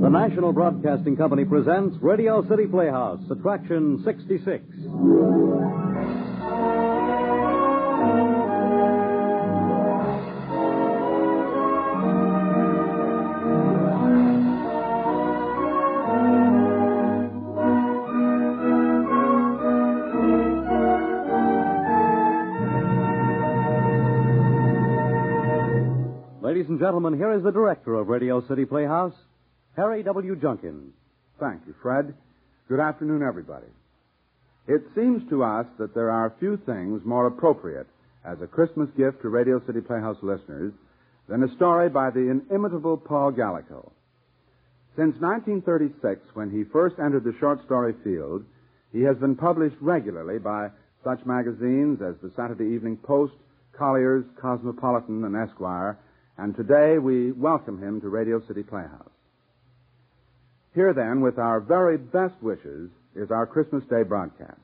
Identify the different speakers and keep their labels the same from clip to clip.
Speaker 1: The National Broadcasting Company presents Radio City Playhouse, Attraction 66. Ladies and gentlemen, here is the director of Radio City Playhouse, Harry W. Junkins.
Speaker 2: Thank you, Fred. Good afternoon, everybody. It seems to us that there are few things more appropriate as a Christmas gift to Radio City Playhouse listeners than a story by the inimitable Paul Gallico. Since 1936, when he first entered the short story field, he has been published regularly by such magazines as the Saturday Evening Post, Collier's, Cosmopolitan, and Esquire, and today we welcome him to Radio City Playhouse. Here then, with our very best wishes, is our Christmas Day broadcast.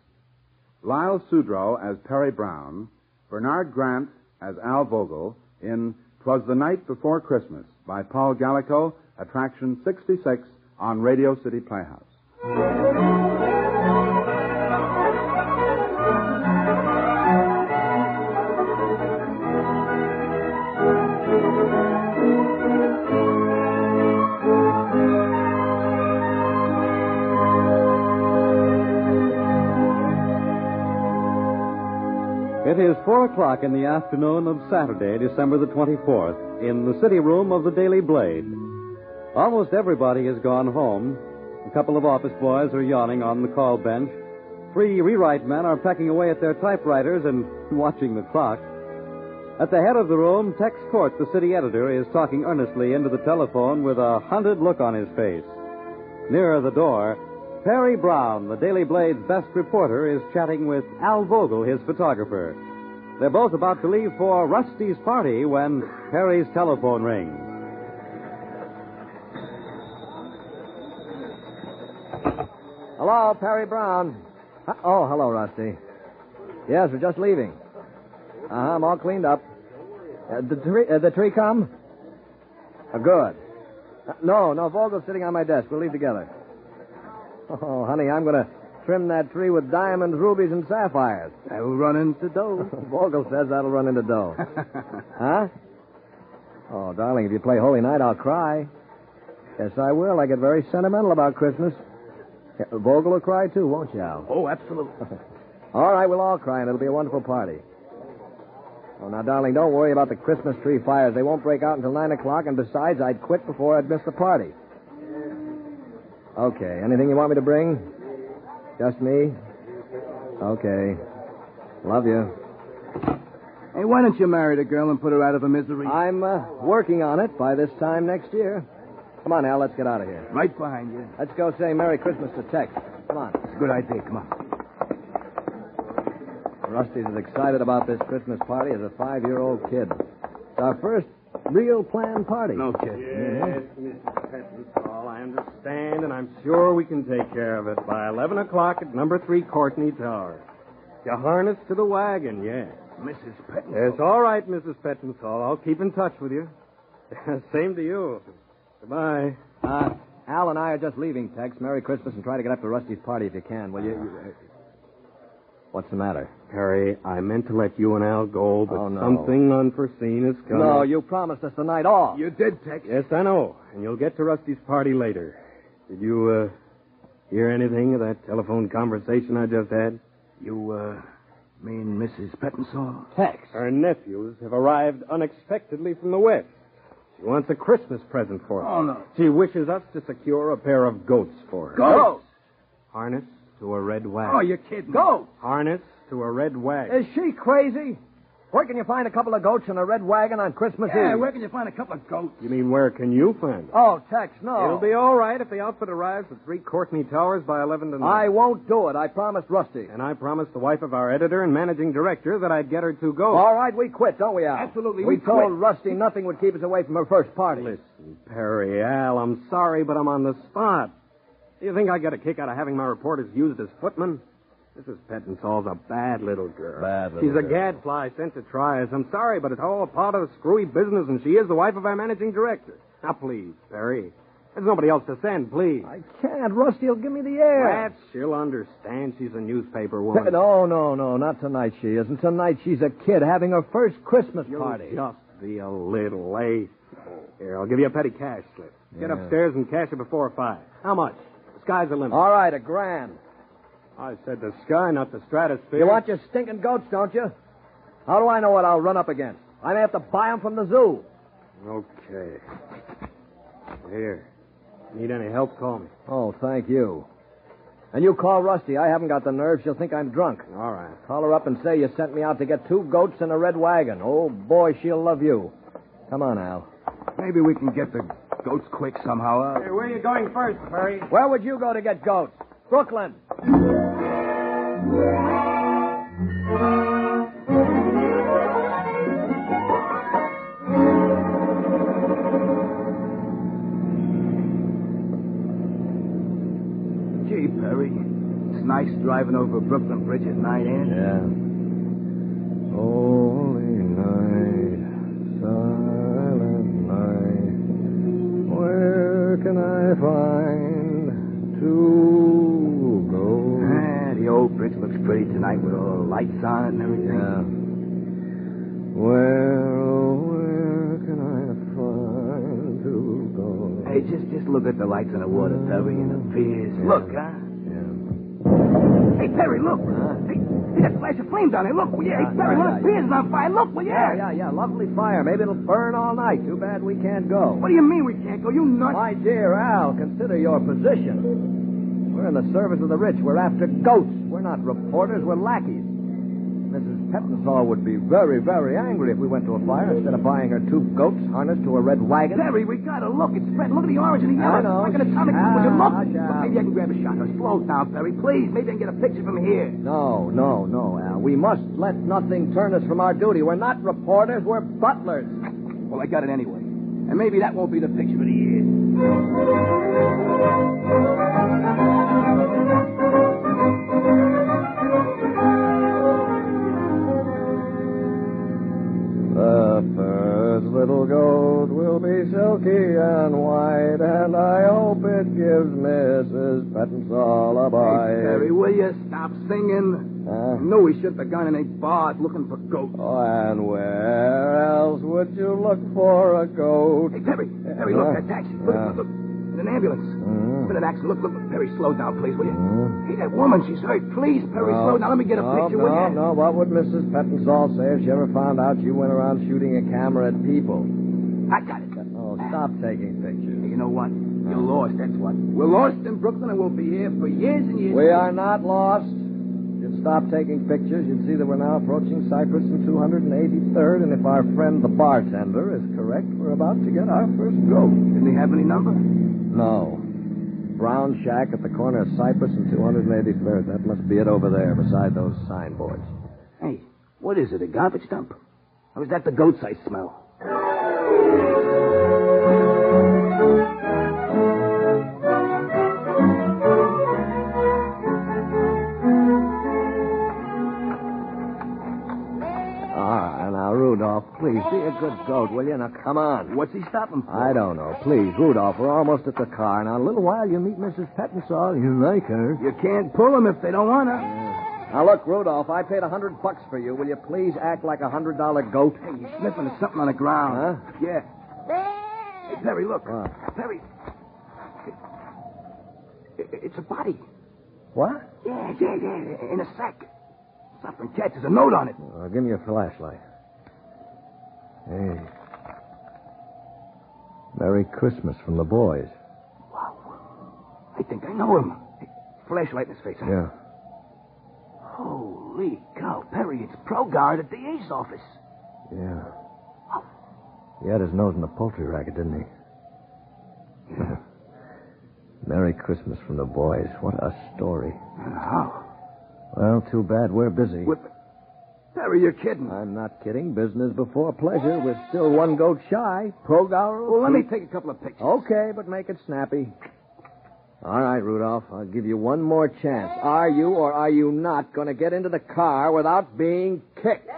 Speaker 2: Lyle Sudrow as Perry Brown, Bernard Grant as Al Vogel in "Twas the Night Before Christmas by Paul Gallico, Attraction 66 on Radio City Playhouse.
Speaker 1: It is 4 o'clock in the afternoon of Saturday, December the 24th, in the city room of the Daily Blade. Almost everybody has gone home. A couple of office boys are yawning on the call bench. Three rewrite men are pecking away at their typewriters and watching the clock. At the head of the room, Tex Court, the city editor, is talking earnestly into the telephone with a hunted look on his face. Nearer the door, Perry Brown, the Daily Blade's best reporter, is chatting with Al Vogel, his photographer. They're both about to leave for Rusty's party when Perry's telephone rings.
Speaker 3: Hello, Perry Brown. Uh, oh, hello, Rusty. Yes, we're just leaving. Uh huh, I'm all cleaned up. Uh, the tree, uh, the tree come? Uh, good. Uh, no, no, Vogel's sitting on my desk. We'll leave together. Oh, honey, I'm going to trim that tree with diamonds, rubies, and sapphires.
Speaker 2: I will run into dough.
Speaker 3: Vogel says that'll run into dough. huh? Oh, darling, if you play Holy Night, I'll cry. Yes, I will. I get very sentimental about Christmas. Yeah, Vogel will cry too, won't you, Al?
Speaker 2: oh, absolutely.
Speaker 3: All right, we'll all cry, and it'll be a wonderful party. Oh, now, darling, don't worry about the Christmas tree fires. They won't break out until 9 o'clock, and besides, I'd quit before I'd miss the party. Okay, anything you want me to bring? Just me? Okay. Love you.
Speaker 2: Hey, why don't you marry the girl and put her out of her misery?
Speaker 3: I'm uh, working on it by this time next year. Come on, Al, let's get out of here.
Speaker 2: Right behind you.
Speaker 3: Let's go say Merry Christmas to Tex. Come on.
Speaker 2: Good idea. Come on.
Speaker 3: Rusty's as excited about this Christmas party as a five year old kid. It's our first real planned party.
Speaker 2: No kidding.
Speaker 4: Yes, Mr. Pettenstall, I understand, and I'm sure we can take care of it by 11 o'clock at number 3 Courtney Tower. Your harness to the wagon, yes.
Speaker 2: Mrs. Petton.
Speaker 4: It's all right, Mrs. Pettenstall. I'll keep in touch with you. Same to you. Goodbye.
Speaker 3: Uh, Al and I are just leaving, Tex. Merry Christmas and try to get up to Rusty's party if you can, will you? you uh, What's the matter?
Speaker 4: Perry, I meant to let you and Al go, but
Speaker 3: Oh, no.
Speaker 4: something unforeseen has come.
Speaker 3: No, you promised us the night off.
Speaker 2: You did, Tex.
Speaker 4: Yes, I know. And you'll get to Rusty's party later. Did you, uh, hear anything of that telephone conversation I just had?
Speaker 2: You, uh, mean Mrs. Pettensaw?
Speaker 3: Tex.
Speaker 4: Her nephews have arrived unexpectedly from the West. She wants a Christmas present for us.
Speaker 2: Oh, no.
Speaker 4: She wishes us to secure a pair of goats for her.
Speaker 2: Go!
Speaker 4: Harness to a red wag.
Speaker 2: Oh, you're kidding. Go!
Speaker 4: Harness to a red wag.
Speaker 3: Is she crazy? Where can you find a couple of goats in a red wagon on Christmas
Speaker 2: Yeah,
Speaker 3: Eve?
Speaker 2: where can you find a couple of goats?
Speaker 4: You mean where can you find them?
Speaker 3: Oh, Tex, no.
Speaker 4: It'll be all right if the outfit arrives at three Courtney Towers by eleven tonight.
Speaker 3: I won't do it. I promised Rusty.
Speaker 4: And I promised the wife of our editor and managing director that I'd get her two goats.
Speaker 3: All right, we quit, don't we, Al?
Speaker 2: Absolutely,
Speaker 3: We,
Speaker 2: we
Speaker 3: told
Speaker 2: quit.
Speaker 3: Rusty nothing would keep us away from her first party.
Speaker 4: Listen, Perry, Al, I'm sorry, but I'm on the spot. Do you think I get a kick out of having my reporters used as footmen? Mrs. Pettensoll's a bad little girl.
Speaker 3: Bad little
Speaker 4: She's a
Speaker 3: girl.
Speaker 4: gadfly sent to try us. I'm sorry, but it's all a part of the screwy business, and she is the wife of our managing director. Now, please, Perry,
Speaker 5: There's nobody else to send, please.
Speaker 3: I can't. Rusty'll give me the air.
Speaker 5: That she'll understand. She's a newspaper woman.
Speaker 3: No, no, no. Not tonight she isn't. Tonight she's a kid having her first Christmas
Speaker 5: You'll
Speaker 3: party.
Speaker 5: just be a little late. Here, I'll give you a petty cash slip. Get
Speaker 3: Yeah.
Speaker 5: upstairs and cash it before five. How much? The sky's the limit.
Speaker 3: All right, a grand.
Speaker 5: I said the sky, not the stratosphere.
Speaker 3: You want your stinking goats, don't you? How do I know what I'll run up against? I may have to buy them from the zoo.
Speaker 5: Okay. Here. Need any help? Call me.
Speaker 3: Oh, thank you. And you call Rusty. I haven't got the nerve. She'll think I'm drunk.
Speaker 5: All right.
Speaker 3: Call her up and say you sent me out to get two goats and a red wagon. Oh, boy, she'll love you. Come on, Al.
Speaker 6: Maybe we can get the goats quick somehow. Uh,
Speaker 5: Hey, where are you going first, Perry?
Speaker 3: Where would you go to get goats? Brooklyn.
Speaker 2: Gee, Perry, it's nice driving over Brooklyn Bridge at night, ain't it?
Speaker 3: Yeah. Holy night, silent night, where can I find two goats?
Speaker 2: Ah, the old bridge looks pretty tonight with all the lights on it and everything.
Speaker 3: Yeah. Where, oh, where can I find two goats?
Speaker 2: Hey, just just look at the lights on the water, Perry, and the piers.
Speaker 3: Yeah.
Speaker 2: Look, huh?
Speaker 3: Yeah.
Speaker 2: Hey, Perry, look.
Speaker 3: Huh?
Speaker 2: Hey, see that flash of flames down there. Look, will you?
Speaker 3: Yeah,
Speaker 2: hey, Perry,
Speaker 3: yeah,
Speaker 2: one of the
Speaker 3: yeah.
Speaker 2: piers is on fire. Look, will you?
Speaker 3: Yeah, yeah, yeah. Lovely fire. Maybe it'll burn all night. Too bad we can't go.
Speaker 2: What do you mean we can't go? You nuts.
Speaker 3: My dear Al, consider your position. We're in the service of the rich. We're after goats. We're not reporters. We're lackeys. Mrs. Pepensall would be very, very angry if we went to a fire instead of buying her two goats harnessed to a red wagon.
Speaker 2: Perry, we gotta look. It's red. Look at the orange and the
Speaker 3: I
Speaker 2: yellow.
Speaker 3: know.
Speaker 2: Like an atomic bomb. Will you look?
Speaker 3: Ah, yeah.
Speaker 2: Look, Maybe I can grab a shotgun. Slow down, Perry, please. Maybe I can get a picture from here.
Speaker 3: No, no, no, Al. We must let nothing turn us from our duty. We're not reporters. We're butlers.
Speaker 2: Well, I got it anyway. And maybe that won't be the picture of the year.
Speaker 3: The first little goat will be silky and white, and I hope it gives Mrs. Pettensall a bite. Uh-huh.
Speaker 2: Hey, Perry, will you stop singing?
Speaker 3: Huh?
Speaker 2: I know we should have gone in a bar looking for goats.
Speaker 3: Oh, and where else would you look for a goat?
Speaker 2: Hey, Perry, Perry,
Speaker 3: Yeah.
Speaker 2: look, that taxi. Look,
Speaker 3: Yeah.
Speaker 2: look, look. And an ambulance.
Speaker 3: Hmm?
Speaker 2: It's been an accident. Look, look, look. Perry, slow down, please, will you?
Speaker 3: Hmm?
Speaker 2: Hey, that woman, she's hurt. Please, Perry,
Speaker 3: No.
Speaker 2: slow down. Let me get a
Speaker 3: no,
Speaker 2: picture,
Speaker 3: no,
Speaker 2: will you?
Speaker 3: No, What would Mrs. Pettensall say if she ever found out you went around shooting a camera at people?
Speaker 2: I got it.
Speaker 3: Oh, stop taking
Speaker 2: Hey,
Speaker 3: pictures.
Speaker 2: you know what? You're lost, that's what. We're lost in Brooklyn and we'll be here for years and years.
Speaker 3: We are not lost. If You'd stop taking pictures. You'd see that we're now approaching Cypress and 283rd, and if our friend the bartender is correct, we're about to get our first goat.
Speaker 2: Oh, Didn't they have any number?
Speaker 3: No. Brown Shack at the corner of Cypress and 283rd. That must be it over there beside those signboards.
Speaker 2: Hey, what is it, a garbage dump? Or is that the goats I smell?
Speaker 3: Ah, now, Rudolph, please be a good goat, will you? Now, come on.
Speaker 2: What's he stopping for?
Speaker 3: I don't know. Please, Rudolph, we're almost at the car. Now, in a little while, you meet Mrs. Pettensaw. You like her.
Speaker 2: You can't pull them if they don't want to.
Speaker 3: Now, look, Rudolph, I paid a hundred bucks for you. Will you please act like a hundred dollar goat?
Speaker 2: Hey, you're sniffing at something on the ground.
Speaker 3: Huh?
Speaker 2: Yeah. Hey, Perry, look.
Speaker 3: What?
Speaker 2: Perry. It- it- It's a body.
Speaker 3: What?
Speaker 2: Yeah, yeah, yeah. In a sack. Something catches a note on it.
Speaker 3: Uh, give me your flashlight. Hey. Merry Christmas from the boys.
Speaker 2: Wow. I think I know him. Hey, Flashlight in his face. huh?
Speaker 3: Yeah.
Speaker 2: Holy cow, Perry, it's Progard at the A's office.
Speaker 3: Yeah. He had his nose in the poultry racket, didn't he? Merry Christmas from the boys. What a story.
Speaker 2: How?
Speaker 3: Well, too bad we're busy.
Speaker 2: With... Perry, you're kidding.
Speaker 3: I'm not kidding. Business before pleasure. We're still one goat shy. Progauer.
Speaker 2: well, let me take a couple of pictures.
Speaker 3: Okay, but make it snappy. All right, Rudolph. I'll give you one more chance. Are you or are you not going to get into the car without being kicked?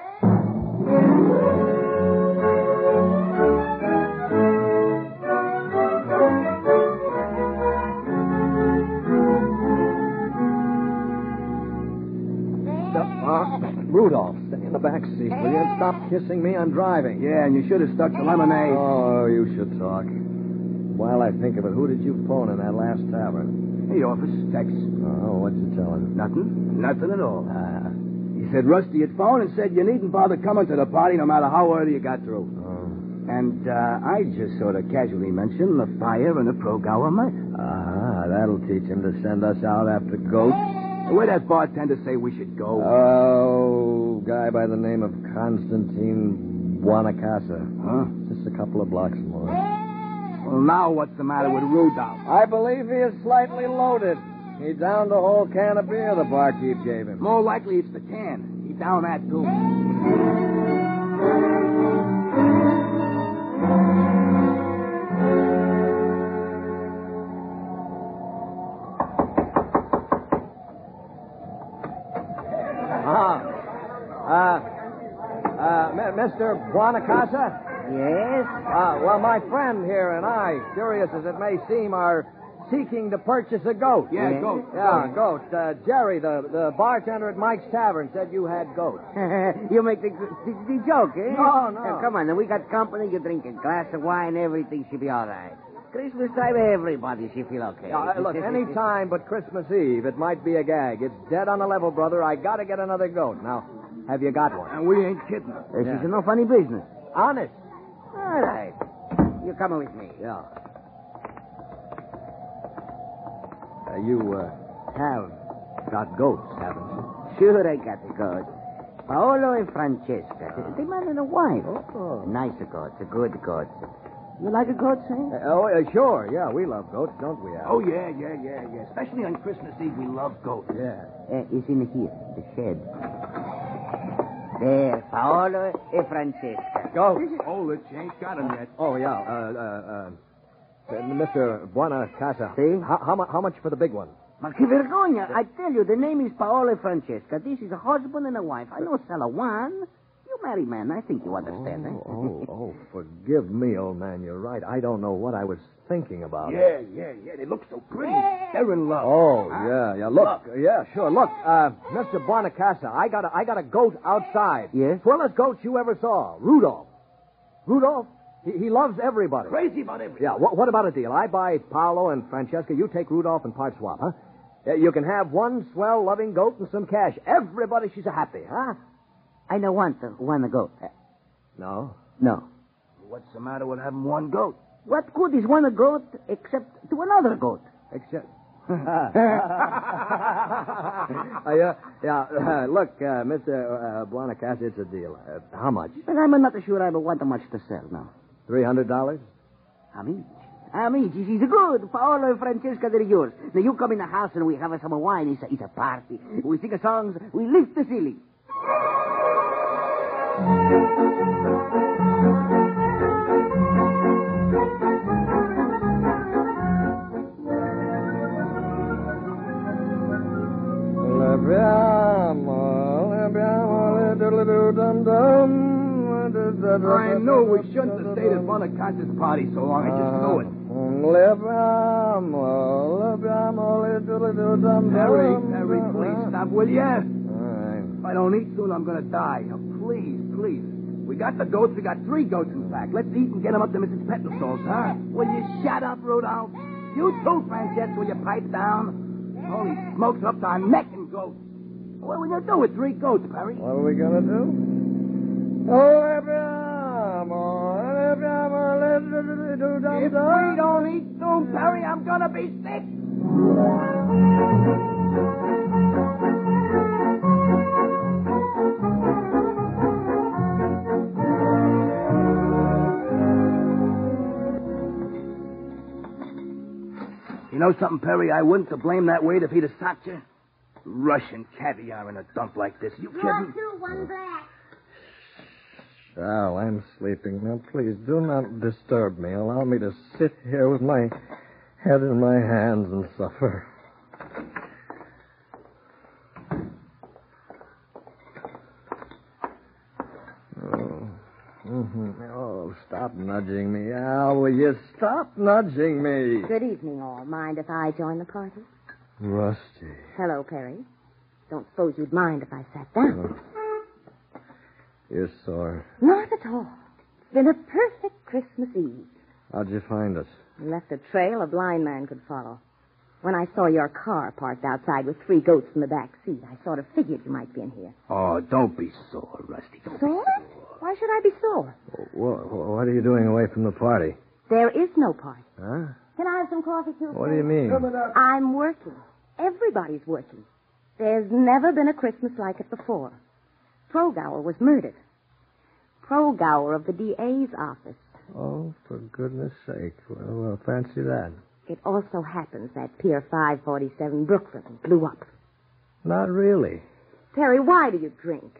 Speaker 3: Ah, Rudolph, stay in the back seat, will you? And stop kissing me. I'm driving.
Speaker 2: Yeah, and you should have stuck to lemonade.
Speaker 3: Oh, you should talk. While I think of it, who did you phone in that last tavern?
Speaker 2: Hey, office, Tex.
Speaker 3: Oh, what'd you tell him?
Speaker 2: Nothing? Nothing at all.
Speaker 3: Ah,
Speaker 2: He said Rusty had phoned and said you needn't bother coming to the party no matter how early you got through.
Speaker 3: oh,
Speaker 2: And uh, I just sort of casually mentioned the fire and the pro-government.
Speaker 3: ah, that'll teach him to send us out after goats.
Speaker 2: Where'd that bartender say we should go?
Speaker 3: Oh, guy by the name of Constantine Wanakasa.
Speaker 2: huh?
Speaker 3: Just a couple of blocks more.
Speaker 2: Well, now what's the matter with Rudolph?
Speaker 3: I believe he is slightly loaded. He downed a whole can of beer the barkeep gave him.
Speaker 2: More likely it's the can. He down that, too.
Speaker 3: Ah. Uh, uh, M- Mr. Wanakasa? Yes? Uh, well, my friend here and I, curious as it may seem, are seeking to purchase a goat.
Speaker 2: Yeah, Yeah. goat,
Speaker 3: Yeah, goat. Uh, Jerry, the, the bartender at Mike's Tavern, said you had goats.
Speaker 7: you make the, the, the joke, eh?
Speaker 3: No, no.
Speaker 7: Now, come on, now we got company. You drink a glass of wine, everything should be all right. Christmas time, everybody should feel okay.
Speaker 3: Yeah, uh, look, any time but Christmas Eve, it might be a gag. It's dead on the level, brother. I gotta get another goat. Now, have you got one?
Speaker 2: And we ain't kidding.
Speaker 7: This
Speaker 3: Yeah.
Speaker 7: is no funny business.
Speaker 3: Honest.
Speaker 7: All right. You come with me.
Speaker 3: Yeah. Uh, you uh, have got goats, haven't you?
Speaker 7: Sure, I got the goat. Paolo and Francesca.
Speaker 3: Uh-huh.
Speaker 7: The man and a wife.
Speaker 3: Oh.
Speaker 7: Nice goat, a good goat. You like a goat,
Speaker 3: Uh,
Speaker 7: sir?
Speaker 3: oh, uh, sure. Yeah, we love goats, don't we? Al?
Speaker 2: Oh, yeah, yeah, yeah, yeah. Especially on Christmas Eve, we love goat.
Speaker 3: Oh, yeah.
Speaker 7: Uh, it's in here, the shed. There, Paolo e Francesca.
Speaker 3: Goat.
Speaker 2: Oh, the ain't got him yet.
Speaker 3: Oh, yeah. Uh, uh, uh, uh, Mr. Buona Casa.
Speaker 7: See?
Speaker 3: How, how, mu- how much for the big one?
Speaker 7: Ma che vergogna! I tell you, the name is Paolo e Francesca. This is a husband and a wife. I know Salawan. You married man. I think you understand, eh?
Speaker 3: oh, oh, forgive me, old man. You're right. I don't know what I was thinking about.
Speaker 2: Yeah, yeah, yeah. They look so pretty. They're in love.
Speaker 3: Oh, yeah, yeah. Look, yeah, sure. Look, uh, Mr. Bonacasa, I got a, I got a goat outside.
Speaker 7: Yes?
Speaker 3: Swellest goat you ever saw, Rudolph. Rudolph, he, he loves everybody.
Speaker 2: Crazy about everything.
Speaker 3: Yeah, what, what about a deal? I buy Paolo and Francesca, you take Rudolph and part swap, huh? Yeah, You can have one swell, loving goat and some cash. Everybody, she's happy, huh?
Speaker 7: I don't want to, want to go. Uh,
Speaker 3: No.
Speaker 7: no.
Speaker 2: What's the matter with having one goat?
Speaker 7: What good is one goat except to another goat?
Speaker 3: Except. Uh, yeah, yeah. uh, look, uh, Mr. Uh, Buonacasa, it's a deal. Uh, how much?
Speaker 7: But I'm not sure I want much to sell now.
Speaker 3: Three hundred dollars.
Speaker 7: Amici. Amici, she's good. Paolo and Francesca, they're yours. Now you come in the house and we have some wine. It's a, it's a party. We sing songs. We lift the ceiling.
Speaker 2: I know we shouldn't have stayed at Bonacanta's party so long. I just know
Speaker 3: Uh,
Speaker 2: it. Harry,
Speaker 3: um,
Speaker 2: Harry,
Speaker 3: uh,
Speaker 2: please stop, will you? If I don't eat soon, I'm going to die. Now, please, please. We got the goats. We got three goats, in fact. Let's eat and get them up to Mrs. Petinsol's, huh? Will you shut up, Rudolph? You too, Francesca. Will you pipe down? Holy smokes, up to our neck and goats. What will you do with three goats, Perry?
Speaker 3: What are we gonna do? Oh, Abraham,
Speaker 2: If we don't eat soon, Perry, I'm gonna be sick. You know something, Perry? I wouldn't have blamed that waiter if he'd have socked you. Russian caviar in a dump like this. You kidding?
Speaker 8: one black.
Speaker 3: Al, Mm. I'm sleeping. Now, please do not disturb me. Allow me to sit here with my head in my hands and suffer. Oh, mhm. Oh, stop nudging me, Al. Will you stop nudging me?
Speaker 8: Good evening, all. Mind if I join the party?
Speaker 3: Rusty. Uh-huh.
Speaker 8: Hello, Perry. Don't suppose you'd mind if I sat down.
Speaker 3: You're sore.
Speaker 9: Not at all. It's been a perfect Christmas Eve.
Speaker 3: How'd you find us?
Speaker 9: Left a trail a blind man could follow. When I saw your car parked outside with three goats in the back seat, I sort of figured you might be in here.
Speaker 2: Oh, don't be sore, Rusty. Don't
Speaker 9: Sore? Why should I be sore?
Speaker 3: What, what are you doing away from the party?
Speaker 9: There is no party.
Speaker 3: Huh?
Speaker 9: Can I have some coffee, too?
Speaker 3: What do you mean?
Speaker 9: I'm working. Everybody's working. There's never been a Christmas like it before. Progauer was murdered. Progauer of the DA's office.
Speaker 3: Oh, for goodness sake. Well, well fancy that.
Speaker 9: It also happens that Pier 547 Brooklyn blew up.
Speaker 3: Not really.
Speaker 9: Terry, why do you drink?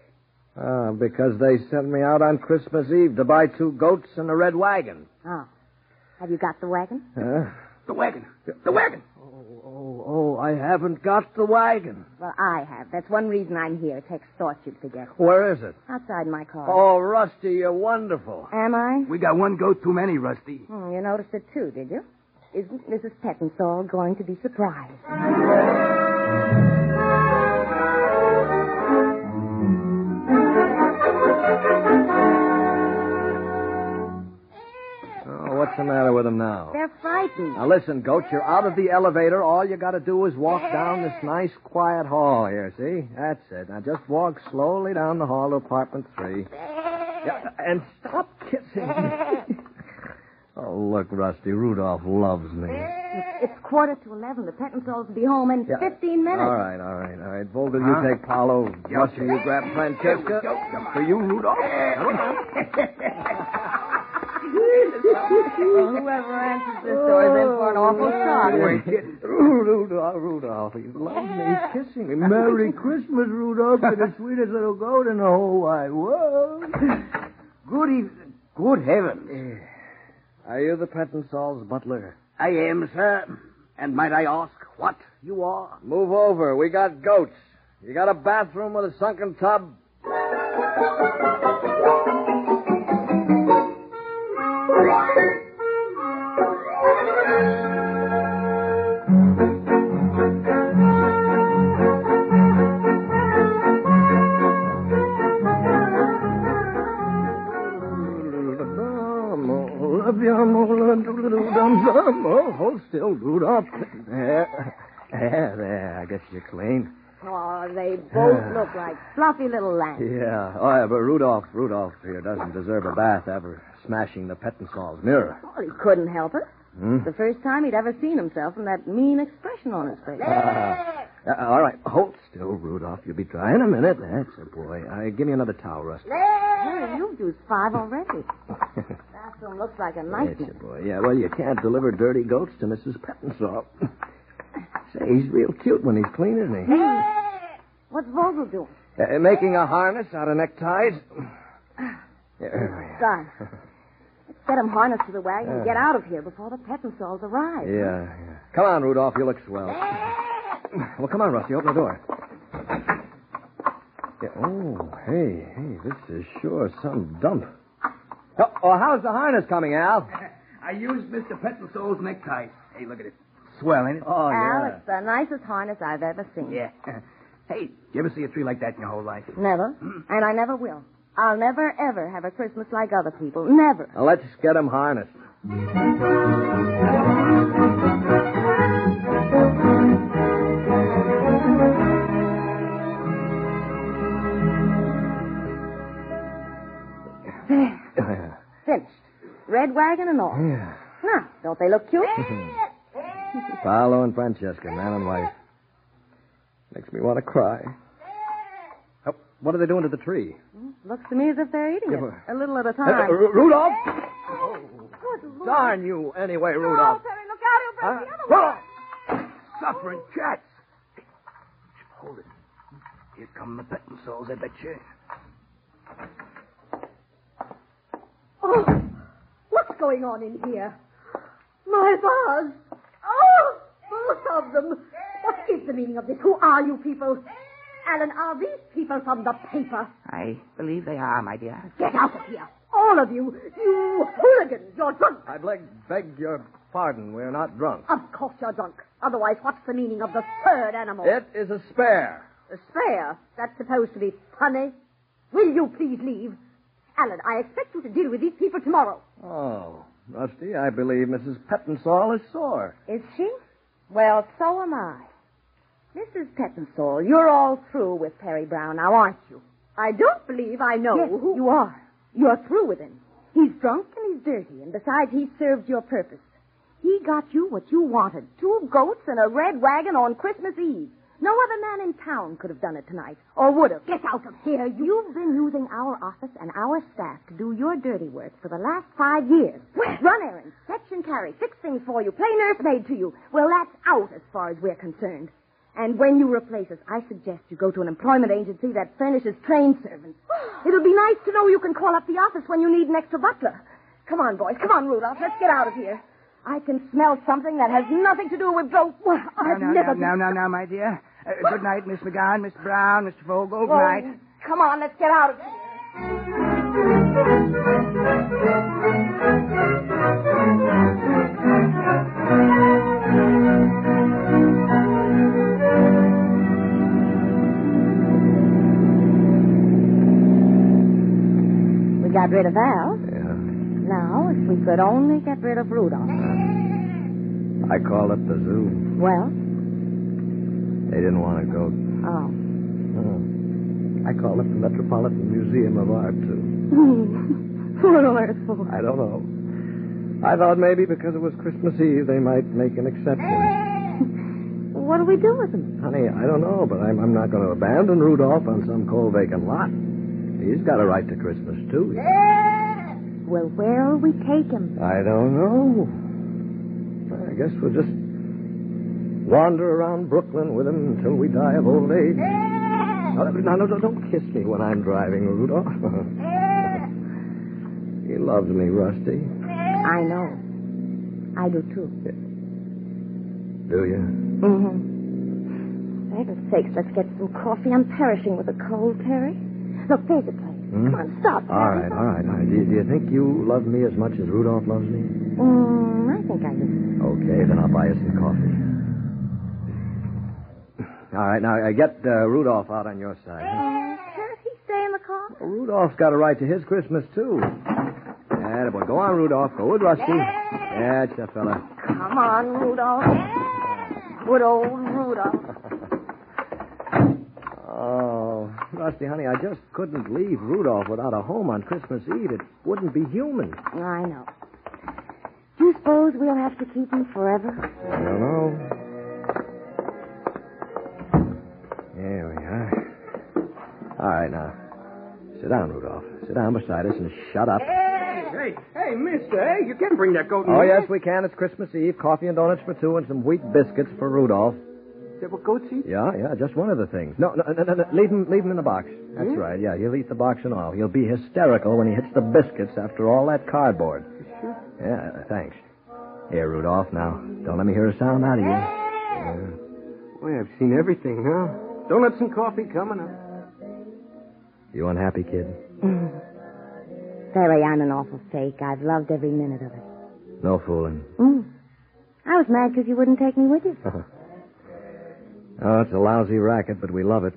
Speaker 3: Ah, because they sent me out on Christmas Eve to buy two goats and a red wagon.
Speaker 9: Oh. Have you got the wagon?
Speaker 3: Huh?
Speaker 2: The wagon. The wagon.
Speaker 3: Oh, oh, oh, I haven't got the wagon.
Speaker 9: Well, I have. That's one reason I'm here. Tex thought you'd forget.
Speaker 3: Where is it?
Speaker 9: Outside my car.
Speaker 3: Oh, Rusty, you're wonderful.
Speaker 9: Am I?
Speaker 2: We got one goat too many, Rusty.
Speaker 9: Hmm, you noticed it too, did you? Isn't Mrs. Pettinsall going to be surprised?
Speaker 3: Oh, what's the matter with him now?
Speaker 9: They're frightened.
Speaker 3: Now listen, Goat, you're out of the elevator. All you gotta do is walk down this nice quiet hall here, see? That's it. Now just walk slowly down the hall to apartment three. Yeah, and stop kissing me. oh, look, Rusty, Rudolph loves me.
Speaker 9: It's quarter to eleven. The Pettinsalls will be home in
Speaker 3: Yeah.
Speaker 9: fifteen minutes.
Speaker 3: All right, all right, all right. Vogel, you take Paolo. Rusty, you grab Francesca. For you, Rudolph.
Speaker 7: Well, whoever answers this door is in for an awful shock.
Speaker 3: Oh, Rudolph, Rudolph, he loves me. He's kissing me. Merry Christmas, Rudolph. You're the sweetest little goat in the whole wide world.
Speaker 2: Good evening. Good heavens.
Speaker 3: Are you the Pettensalls butler?
Speaker 2: I am, sir. And might I ask what you are?
Speaker 3: Move over. We got goats. You got a bathroom with a sunken tub? Hold still, Rudolph. There. There, there. I guess you're clean.
Speaker 9: Oh, they both look like fluffy little lambs.
Speaker 3: Yeah. Oh, yeah, but Rudolph, Rudolph here doesn't deserve a bath ever smashing the Pettensalls mirror.
Speaker 9: Well, he couldn't help it.
Speaker 3: Hmm?
Speaker 9: The first time he'd ever seen himself and that mean expression on his face.
Speaker 3: Uh, all right, hold still, Rudolph. You'll be dry in a minute. That's a boy. Uh, give me another towel, Rusty.
Speaker 9: Harry, you've used five already. Bathroom looks like a
Speaker 3: That's
Speaker 9: nightmare.
Speaker 3: a boy. Yeah, well, you can't deliver dirty goats to Mrs. Pettinsall. Say, he's real cute when he's clean, isn't he?
Speaker 9: What's Vogel doing?
Speaker 3: Uh, making a harness out of neckties. Yeah.
Speaker 9: Done. Let's get him harnessed to the wagon and get out of here before the Pettensalls arrive.
Speaker 3: Yeah, yeah. Come on, Rudolph. You look swell. Well, come on, Rusty. Open the door. Yeah, oh, hey, hey, this is sure some dump. Oh, oh, how's the harness coming, Al?
Speaker 2: I used Mr. Pettinsall's necktie. Hey, look at it. Swell, ain't it?
Speaker 3: Oh,
Speaker 9: Al,
Speaker 3: yeah.
Speaker 9: it's the nicest harness I've ever seen.
Speaker 2: Yeah. Hey, you ever see a tree like that in your whole life?
Speaker 9: Never. And I never will. I'll never, ever have a Christmas like other people. Never.
Speaker 3: Now, let's get him harnessed. Yeah.
Speaker 9: Finished. Red wagon and all.
Speaker 3: Oh, Yeah.
Speaker 9: Now, don't they look cute?
Speaker 3: Paolo and Francesca, man and wife. Makes me want to cry. Oh, what are they doing to the tree?
Speaker 9: Looks to me as if they're eating
Speaker 3: Yeah,
Speaker 9: it. A little at a
Speaker 3: Uh, uh,
Speaker 9: time.
Speaker 3: Ru- Rudolph!
Speaker 9: Good Lord.
Speaker 3: Darn you, anyway, Rudolph.
Speaker 9: Terry, look out. He'll
Speaker 3: Huh?
Speaker 10: Rudolph! Suffering cats! Hold it. Here come the Pettinstalls, I bet you.
Speaker 9: Oh, what's going on in here? My vase. Oh, both of them. What is the meaning of this? Who are you people? Alan, are these people from the paper?
Speaker 7: I believe they are, my dear.
Speaker 9: Get out of here. All of you. You hooligans. You're drunk.
Speaker 3: I beg, beg your pardon. We're not drunk.
Speaker 9: Of course you're drunk. Otherwise, what's the meaning of the third animal?
Speaker 3: It is a spare.
Speaker 9: The spare. That's supposed to be funny.
Speaker 8: Will you please leave? Alan, I expect you to deal with these people tomorrow.
Speaker 3: Oh, Rusty, I believe Mrs. Pettinsall is sore.
Speaker 9: Is she? Well, so am I. Mrs. Pettinsall, you're all through with Perry Brown now, aren't you?
Speaker 8: I don't believe I know
Speaker 9: yes,
Speaker 8: who.
Speaker 9: you are. You're through with him. He's drunk and he's dirty, and besides, he served your purpose. He got you what you wanted two goats and a red wagon on Christmas Eve. No other man in town could have done it tonight, or would have.
Speaker 8: Get out of here, you.
Speaker 9: You've been using our office and our staff to do your dirty work for the last five years. Run errands, fetch and carry, fix things for you, play nursemaid to you. Well, that's out as far as we're concerned. And when you replace us, I suggest you go to an employment agency that furnishes trained servants. It'll be nice to know you can call up the office when you need an extra butler. Come on, boys. Come on, Rudolph. Let's get out of here. I can smell something that has nothing to do with goat. Well, I've
Speaker 2: now,
Speaker 9: never
Speaker 2: now, now, now, now, my dear. Uh, good night, Miss McGowan, Mr. Brown, Mr. Vogel. Good
Speaker 9: Oh,
Speaker 2: night.
Speaker 9: Come on, let's get out of here. We got rid of Al.
Speaker 3: Yeah.
Speaker 9: Now, if we could only get rid of Rudolph.
Speaker 3: I called up the zoo.
Speaker 9: Well,
Speaker 3: They didn't want to go.
Speaker 9: oh.
Speaker 3: I called up the Metropolitan Museum of Art, too.
Speaker 9: what on earth for?
Speaker 3: I don't know. I thought maybe because it was Christmas Eve, they might make an exception.
Speaker 9: What do we do with him?
Speaker 3: Honey, I don't know, but I'm, I'm not going to abandon Rudolph on some cold, vacant lot. He's got a right to Christmas, too.
Speaker 9: Well, where'll we take him?
Speaker 3: I don't know. I guess we'll just wander around Brooklyn with him until we die of old age. No, no, no, no, don't kiss me when I'm driving, Rudolph. he loves me, Rusty.
Speaker 9: I know. I do too.
Speaker 3: Do you? Mm-hmm.
Speaker 9: Mm-hmm. Heaven's sakes, let's get some coffee. I'm perishing with a cold, Terry. Look, there's a place.
Speaker 3: Hmm?
Speaker 9: Come on, stop.
Speaker 3: All right, all right, all right. Do you, do you think you love me as much as Rudolph loves me?
Speaker 9: Mm, I think I do.
Speaker 3: Okay, then I'll buy you some coffee. All right, now uh, get uh, Rudolph out on your side. huh?
Speaker 9: Can't he stay in the car?
Speaker 3: Well, Rudolph's got a right to his Christmas, too. Yeah, boy. Go on, Rudolph. Go with Rusty. That's the fella.
Speaker 9: Come on, Rudolph. Good old Rudolph.
Speaker 3: Oh, Rusty, honey, I just couldn't leave Rudolph without a home on Christmas Eve. It wouldn't be human.
Speaker 9: I know. Do you suppose we'll have to keep him forever?
Speaker 3: I don't know. There we are. All right, now. Sit down, Rudolph. Sit down beside us and shut up.
Speaker 5: Hey, hey, mister, hey, you can bring that goat in
Speaker 3: Oh,
Speaker 5: here.
Speaker 3: yes, we can. It's Christmas Eve. Coffee and donuts for two and some wheat biscuits for Rudolph.
Speaker 5: There were goats eat.
Speaker 3: Yeah, yeah, just one of the things. No, no, no, no, no. leave him, leave him in the box. That's
Speaker 5: Hmm?
Speaker 3: right. Yeah, he'll eat the box and all. He'll be hysterical when he hits the biscuits after all that cardboard. Yeah, thanks. Here, Rudolph. Now, don't let me hear a sound out of you. Yeah.
Speaker 5: Boy, I've seen everything, huh? Donuts and coffee coming up.
Speaker 3: You unhappy kid? Mm.
Speaker 9: Terry, I'm an awful fake. I've loved every minute of it.
Speaker 3: No fooling.
Speaker 9: Mm. I was mad because you wouldn't take me with you.
Speaker 3: Oh, it's a lousy racket, but we love it.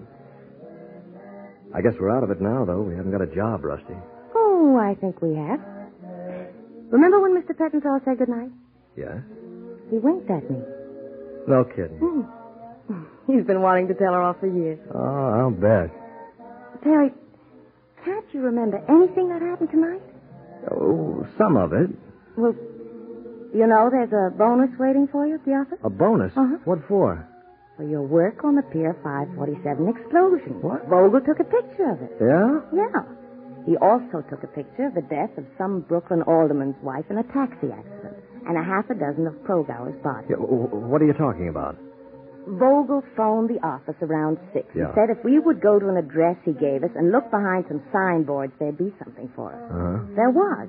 Speaker 3: I guess we're out of it now, though. We haven't got a job, Rusty.
Speaker 9: Oh, I think we have. Remember when Mr. Pettinsall said goodnight?
Speaker 3: Yeah?
Speaker 9: He winked at me.
Speaker 3: No
Speaker 5: Hmm?
Speaker 3: kidding.
Speaker 9: Mm. He's been wanting to tell her off for years.
Speaker 3: Oh, I'll bet.
Speaker 9: Terry, can't you remember anything that happened tonight?
Speaker 3: Oh, some of it.
Speaker 9: Well, you know, there's a bonus waiting for you at the office
Speaker 3: A bonus.
Speaker 9: Uh-huh.
Speaker 3: What for?
Speaker 9: for your work on the Pier 547 explosion.
Speaker 3: What?
Speaker 9: Vogel took a picture of it.
Speaker 3: Yeah?
Speaker 9: Yeah. He also took a picture of the death of some Brooklyn alderman's wife in a taxi accident and a half a dozen of Progauer's bodies.
Speaker 3: Yeah, w- w- what are you talking about?
Speaker 9: Vogel phoned the office around six.
Speaker 3: Yeah.
Speaker 9: He said if we would go to an address he gave us and look behind some signboards, there'd be something for us.
Speaker 3: Uh-huh.
Speaker 9: There was.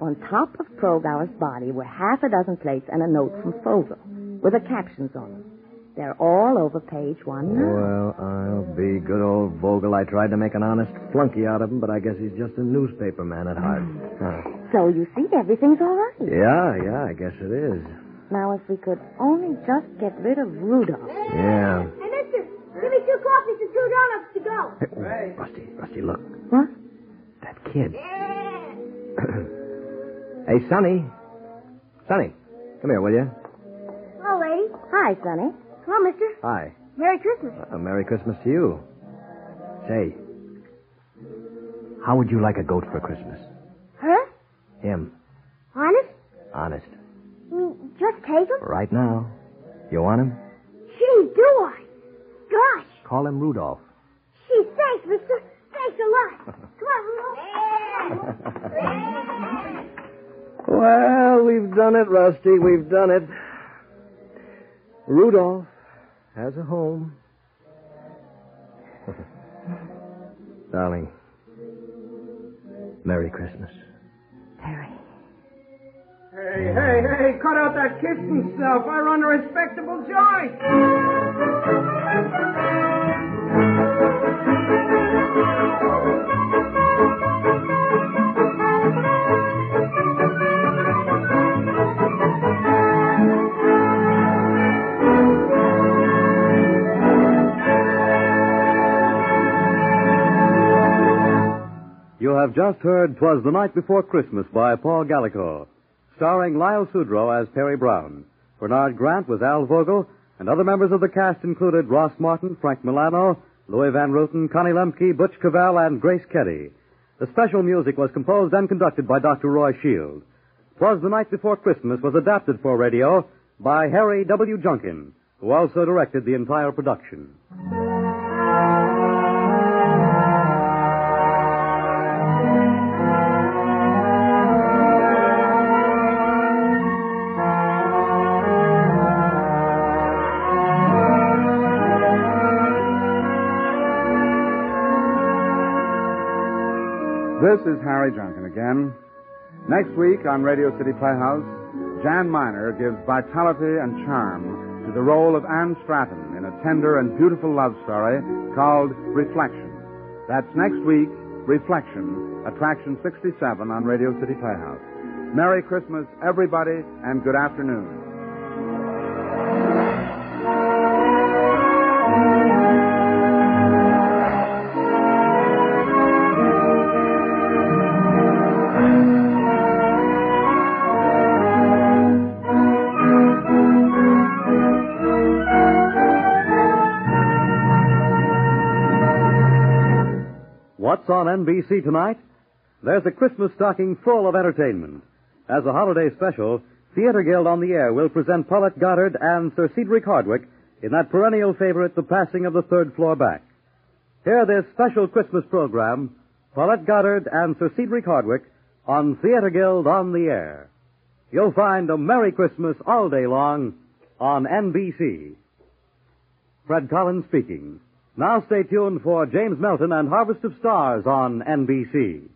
Speaker 9: On top of Progauer's body were half a dozen plates and a note from Vogel with the captions on them. They're all over page one now.
Speaker 3: Well, I'll be good old Vogel. I tried to make an honest flunky out of him, but I guess he's just a newspaper man at heart. Huh.
Speaker 9: So you see, everything's all right.
Speaker 3: Yeah, yeah, I guess it is.
Speaker 9: Now, if we could only just get rid of Rudolph.
Speaker 3: Yeah.
Speaker 8: Hey, mister, give me two coffees and two donuts to go out.
Speaker 3: Hey, oh, Rusty, Rusty, look.
Speaker 8: What?
Speaker 3: That kid. hey, Sonny. Sonny, come here, will you?
Speaker 8: Hello, lady. Hi, Sonny. Hello, mister.
Speaker 3: Hi.
Speaker 8: Merry Christmas.
Speaker 3: Uh, Merry Christmas to you. Say, how would you like a goat for Christmas?
Speaker 8: Huh?
Speaker 3: Him,
Speaker 8: Honest?
Speaker 3: honest.
Speaker 8: Mm, Just take him?
Speaker 3: Right now. You want him?
Speaker 8: Gee, do I? Gosh.
Speaker 3: Call him Rudolph.
Speaker 8: Gee, thanks, mister. Thanks a lot. Come on, Rudolph.
Speaker 11: Well, we've done it, Rusty. We've done it. Rudolph has a home. Darling, Merry Christmas.
Speaker 9: Hey, hey, hey, cut out that kissing stuff. I run a respectable joint.
Speaker 4: You have just heard Twas the Night Before Christmas by Paul Gallico, starring Lyle Sudrow as Perry Brown, Bernard Grant was Al Vogel, and other members of the cast included Ross Martin, Frank Milano, Louis Van Ruten, Connie Lemke, Butch Cavell, and Grace Kelly. The special music was composed and conducted by Dr. Roy Shield. Twas the Night Before Christmas was adapted for radio by Harry W. Junkin, who also directed the entire production.
Speaker 12: This is Harry Junkin again. Next week on Radio City Playhouse, Jan Miner gives vitality and charm to the role of Anne Stratton in a tender and beautiful love story called Reflection. That's next week, Reflection, Attraction 67 on Radio City Playhouse. Merry Christmas, everybody, and good afternoon.
Speaker 4: What's on NBC tonight? There's a Christmas stocking full of entertainment. As a holiday special, Theater Guild on the Air will present Paulette Goddard and Sir Cedric Hardwick in that perennial favorite, The Passing of the Third Floor Back. Hear this special Christmas program, Paulette Goddard and Sir Cedric Hardwick on Theater Guild on the Air. You'll find a Merry Christmas all day long on NBC. Fred Collins speaking. Now stay tuned for James Melton and Harvest of Stars on NBC.